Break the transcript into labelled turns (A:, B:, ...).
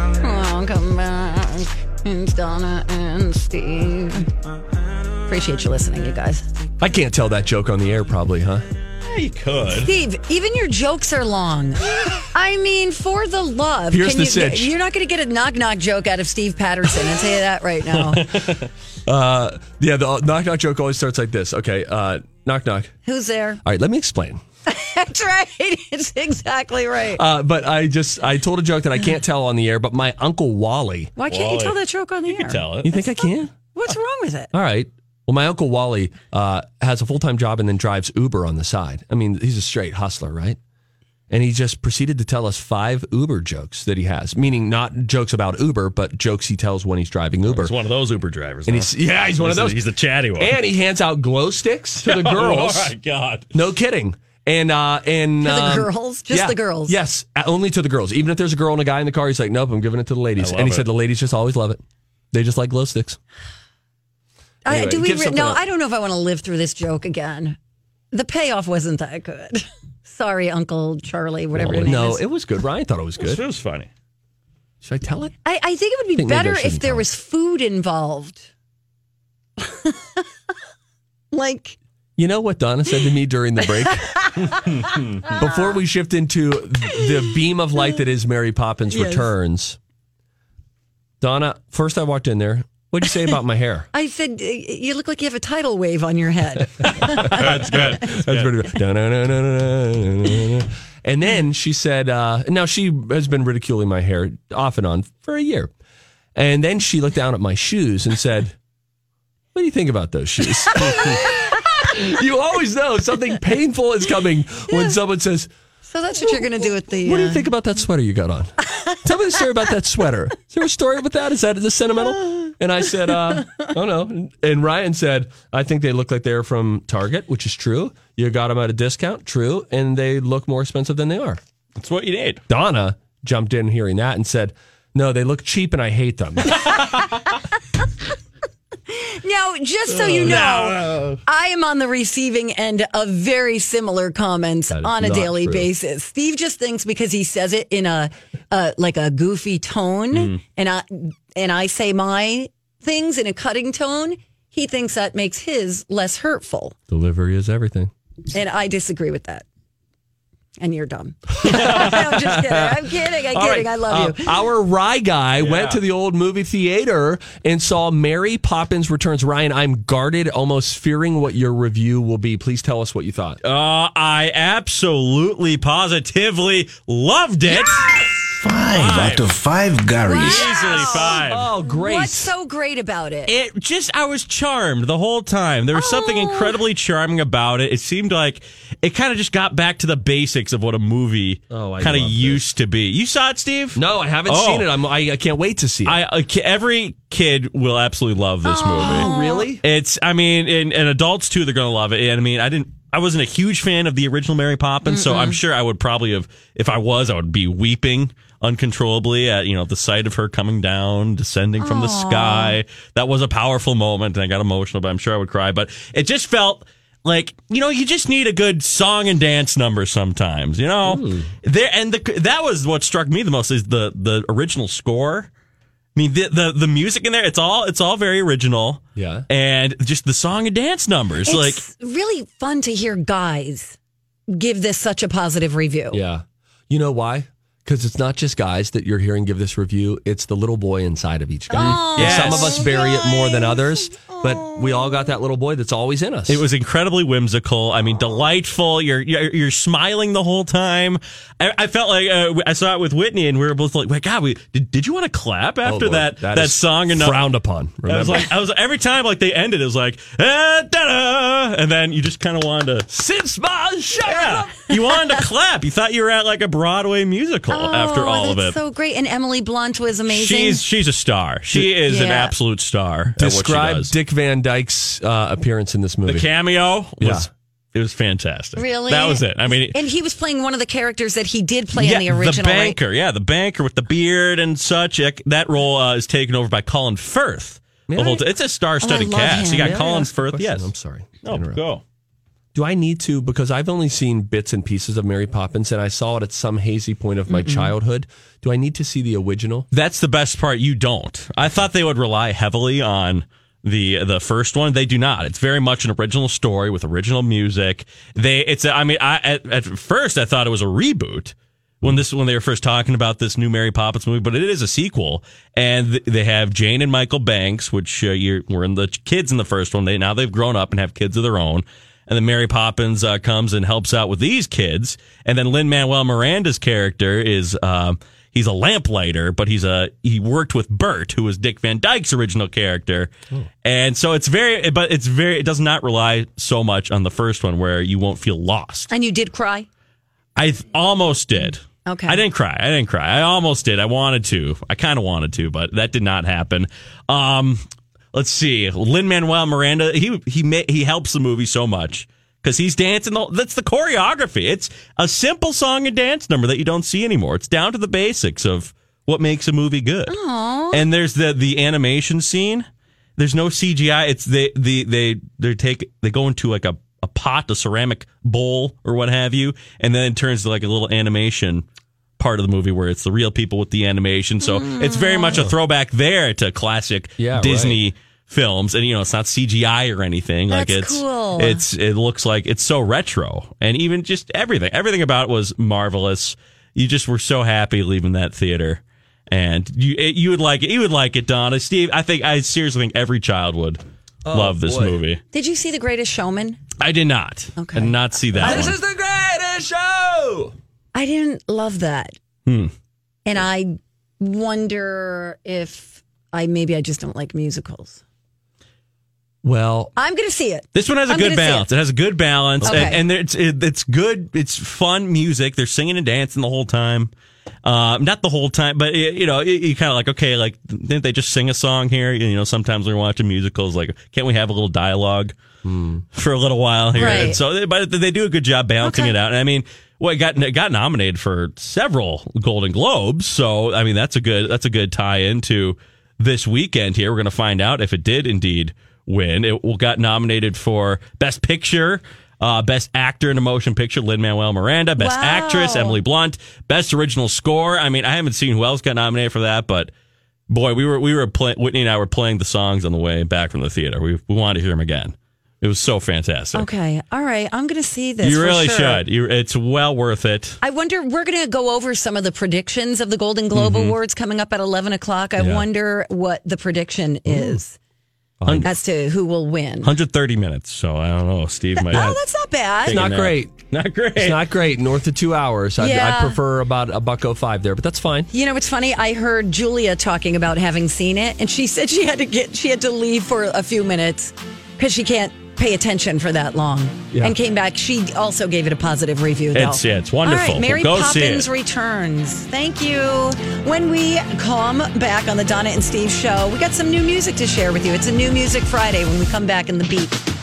A: Don't come back. It's Donna and Steve. Appreciate you listening, you guys.
B: I can't tell that joke on the air, probably, huh?
C: Yeah, you could.
A: Steve, even your jokes are long. I mean, for the love.
B: Here's the
A: you get,
B: cinch.
A: you're not going to get a knock knock joke out of Steve Patterson. I'll tell you that right now.
B: Uh, yeah, the knock knock joke always starts like this. Okay, uh, knock knock.
A: Who's there?
B: All right, let me explain.
A: That's right. It's exactly right.
B: Uh, but I just I told a joke that I can't tell on the air. But my uncle Wally,
A: Why can't you
C: Wally.
A: tell that joke on the air?
C: You could tell
B: you
C: it.
B: think I can?
A: What's wrong with it?
B: All right. Well, my uncle Wally uh, has a full time job and then drives Uber on the side. I mean, he's a straight hustler, right? And he just proceeded to tell us five Uber jokes that he has, meaning not jokes about Uber, but jokes he tells when he's driving Uber.
C: It's one of those Uber drivers.
B: and
C: huh?
B: he's yeah, he's one of
C: He's the-
B: those.
C: He's the chatty one.
B: and he hands out glow sticks to the girls.
C: Oh my god.
B: No kidding. And uh and
A: To the
B: um,
A: girls? Just
B: yeah.
A: the girls?
B: Yes, uh, only to the girls. Even if there's a girl and a guy in the car, he's like, nope, I'm giving it to the ladies.
C: I
B: And he
C: love
B: said
C: it.
B: the ladies just always love it. They just like glow sticks.
A: I,
B: Anyway,
A: do we
B: give
A: re-
B: something
A: no,
B: up.
A: I don't know if I want to live through this joke again. The payoff wasn't that good. Sorry, Uncle Charlie, whatever your name
B: no,
A: is.
B: it was good. Ryan thought it was
C: It
B: good.
C: was funny.
B: Should I tell it?
A: I, I think it would be
B: Think maybe I
A: better if
B: shouldn't
A: there
B: tell.
A: was food involved. like,
B: You know what Donna said to me during the break? Before we shift into the beam of light that is Mary Poppins
A: Yes.
B: Returns, Donna, first I walked in there. What'd you say about my hair?
A: I said, you look like you have a tidal wave on your head.
C: That's good.
B: That's pretty good. Da-na-na-na-na-na-na-na. And then she said, uh, now she has been ridiculing my hair off and on for a year. And then she looked down at my shoes and said, What do you think about those shoes? you always know something painful is coming when someone says,
A: so that's what you're going to do with the.
B: What do
A: uh,
B: you think about that sweater you got on? Tell me the story about that sweater. Is there a story with that? Is that is it sentimental? And I said, uh, oh no. And Ryan said, I think they look like they're from Target, which is true. You got them at a discount, true. And they look more expensive than they are.
C: That's what you need.
B: Donna jumped in hearing that and said, no, they look cheap and I hate them.
A: Now, just so you know,
B: Oh,
C: No.
A: I am on the receiving end of very similar comments
B: is
A: on a
B: not
A: daily
B: true.
A: basis. Steve just thinks because he says it in a uh, like a goofy tone,
B: Hmm.
A: and I and I say my things in a cutting tone. He thinks that makes his less hurtful,
B: Delivery is everything.
A: and I disagree with that. And you're dumb. no, I'm just kidding. I'm kidding. I'm
B: All
A: kidding.
B: right,
A: I love
B: uh,
A: you.
B: Our Rye guy went to the old movie theater and saw Mary Poppins Returns. Ryan, I'm guarded, almost fearing what your review will be. Please tell us what you thought.
C: Uh, I absolutely, positively loved it.
D: Five, out of five Garys.
C: Easily five.
B: Oh, great.
A: What's so great about it?
C: It just, I was charmed the whole time. There was something
B: Oh.
C: incredibly charming about it. It seemed like it kind of just got back to the basics of what a movie
B: Oh, I
C: kind of
B: love
C: used to be. You saw it, Steve?
B: no, I haven't
C: Oh.
B: seen it. I'm, I, I can't wait to see it.
C: I, uh, ki- every kid will absolutely love this movie.
B: really?
C: It's, I mean, and, and adults too, they're going to love it. And I mean, I didn't, I wasn't a huge fan of the original Mary Poppins, so I'm sure I would probably have, if I was, I would be weeping uncontrollably at, you know, the sight of her coming down, descending from the sky. That was a powerful moment, and I got emotional, but I'm sure I would cry. But it just felt, like you know you just need a good song and dance number sometimes you know there and the that was what struck me the most is the the original score I mean, the, the the music in there, it's all it's all very original.
B: Yeah.
C: and just the song and dance numbers, like
A: it's really fun to hear guys give this such a positive review.
B: Yeah. You know why? Because it's not just guys that you're hearing give this review, it's the little boy inside of each guy.
A: Oh,
B: And
C: Yes.
B: Some of us bury it more than others, but we all got that little boy that's always in us.
C: it was incredibly whimsical. I mean, delightful. You're you're, you're smiling the whole time. I, I felt like uh, I saw it with Whitney, and we were both like, "My God, we did, did you want to clap
B: Oh,
C: after
B: Lord,
C: that that,
B: is
C: song?" And
B: frowned upon.
C: I was
B: Remember?
C: like, I was every time like they ended, it was like, "Eh, da-da," and then you just kind of wanted to.
B: Since my show.
C: Yeah, you wanted to clap. You thought you were at like a Broadway musical after
A: Oh,
C: all of
A: that's
C: it.
A: so great. And Emily Blunt was amazing.
C: She's she's a star. She is an
A: yeah.
C: absolute star. at what she
B: Describe
C: does.
B: Dick Van Dyke's uh, appearance in this movie.
C: the cameo was
B: Yeah.
C: it was fantastic.
A: really
C: that was it. I mean,
A: and he was playing one of the characters that he did play in the original. right?
C: banker. Yeah, the banker with the beard and such. Ec- That role uh, is taken over by Colin Firth. The whole t- it's a star-studded
A: Oh, love
C: cast.
A: him.
C: You got
B: May I
C: Colin
B: ask a
C: Firth.
B: question?
C: Yes.
B: I'm sorry. to
C: No,
B: interrupt.
C: go.
B: do I need to? Because I've only seen bits and pieces of Mary Poppins, and I saw it at some hazy point of my childhood. Do I need to see the original?
C: That's the best part. You don't. I thought they would rely heavily on the the first one. They do not. It's very much an original story with original music. They it's a- I mean I at, at first I thought it was a reboot when this when they were first talking about this new Mary Poppins movie, but it is a sequel and th- they have Jane and Michael Banks, which uh, you're, were in the kids in the first one. They now they've grown up and have kids of their own. And then Mary Poppins uh, comes and helps out with these kids. And then Lin Manuel Miranda's character is um, he's a lamplighter, but he's a he worked with Bert, who was Dick Van Dyke's original character. And so it's very, but it's very, it does not rely so much on the first one where you won't feel lost.
A: And you did cry?
C: I th- almost did.
A: Okay.
C: I didn't cry. I didn't cry. I almost did. I wanted to. I kind of wanted to, but that did not happen. Um, let's see. Lin Manuel Miranda. He he ma- he helps the movie so much because he's dancing. The, that's the choreography. It's a simple song and dance number that you don't see anymore. It's down to the basics of what makes a movie good. And there's the the animation scene. There's no CGI. It's they the they they take they go into like a a pot, a ceramic bowl or what have you, and then it turns to like a little animation part of the movie where it's the real people with the animation. So
A: Mm.
C: it's very much a throwback there to classic
B: Yeah,
C: Disney films and you know it's not CGI or anything like
A: That's
C: it's
A: cool.
C: it's it looks like it's so retro and even just everything everything about it was marvelous you just were so happy leaving that theater and you it, you would like it you would like it Donna Steve I think I seriously think every child would love this
B: boy.
C: movie
A: Did you see The Greatest Showman?
C: I did not
A: Okay.
C: I did not see that one.
B: the greatest show.
A: I didn't love that.
C: Hmm.
A: And I wonder if I maybe I just don't like musicals.
B: Well,
A: I'm going to see it.
C: This one has a
A: I'm gonna
C: good
A: see it.
C: balance. It. has a good balance,
A: Okay.
C: and, and there- it's it, it's good. It's fun music. They're singing and dancing the whole time. Uh, not the whole time, but it, you know, it, you kind of like okay, like didn't they just sing a song here? You know, sometimes when we're watching musicals, like can't we have a little dialogue for a little while here?
A: Right.
C: And so, they, but they do a good job balancing
A: Okay.
C: it out. And I mean, well, it got it got nominated for several Golden Globes, so I mean, that's a good that's a good tie into this weekend here. We're going to find out if it did indeed win. It w- got nominated for Best Picture. Uh, best actor in a motion picture, Lin Manuel Miranda. Best
A: Wow.
C: actress, Emily Blunt. Best original score. I mean, I haven't seen who else got nominated for that, but boy, we were we were play, Whitney and I were playing the songs on the way back from the theater. We we wanted to hear them again. It was so fantastic.
A: Okay. All right. I'm going to see this.
C: You
A: for
C: really
A: sure.
C: should. You, it's well worth it.
A: I wonder, we're going to go over some of the predictions of the Golden Globe Awards coming up at 11 o'clock. I wonder what the prediction is as to who will win.
C: 130 minutes. So I don't know, Steve. Might
A: Oh, that's not bad.
B: it's not
C: Taking a-
B: great.
C: not great.
B: It's not great. North of two hours. I'd,
A: Yeah.
B: I'd prefer about a buck oh five there, but that's fine.
A: You know, it's funny. I heard Julia talking about having seen it, and she said she had to get she had to leave for a few minutes because she can't pay attention for that long.
B: Yeah.
A: And came back. She also gave it a positive review. Though.
C: It's- yeah, it's wonderful.
A: All right, Mary
C: Go see
A: Poppins
C: it.
A: returns. Thank you. When we come back on the Donna and Steve show, we got some new music to share with you. It's a new music Friday when we come back in the beat.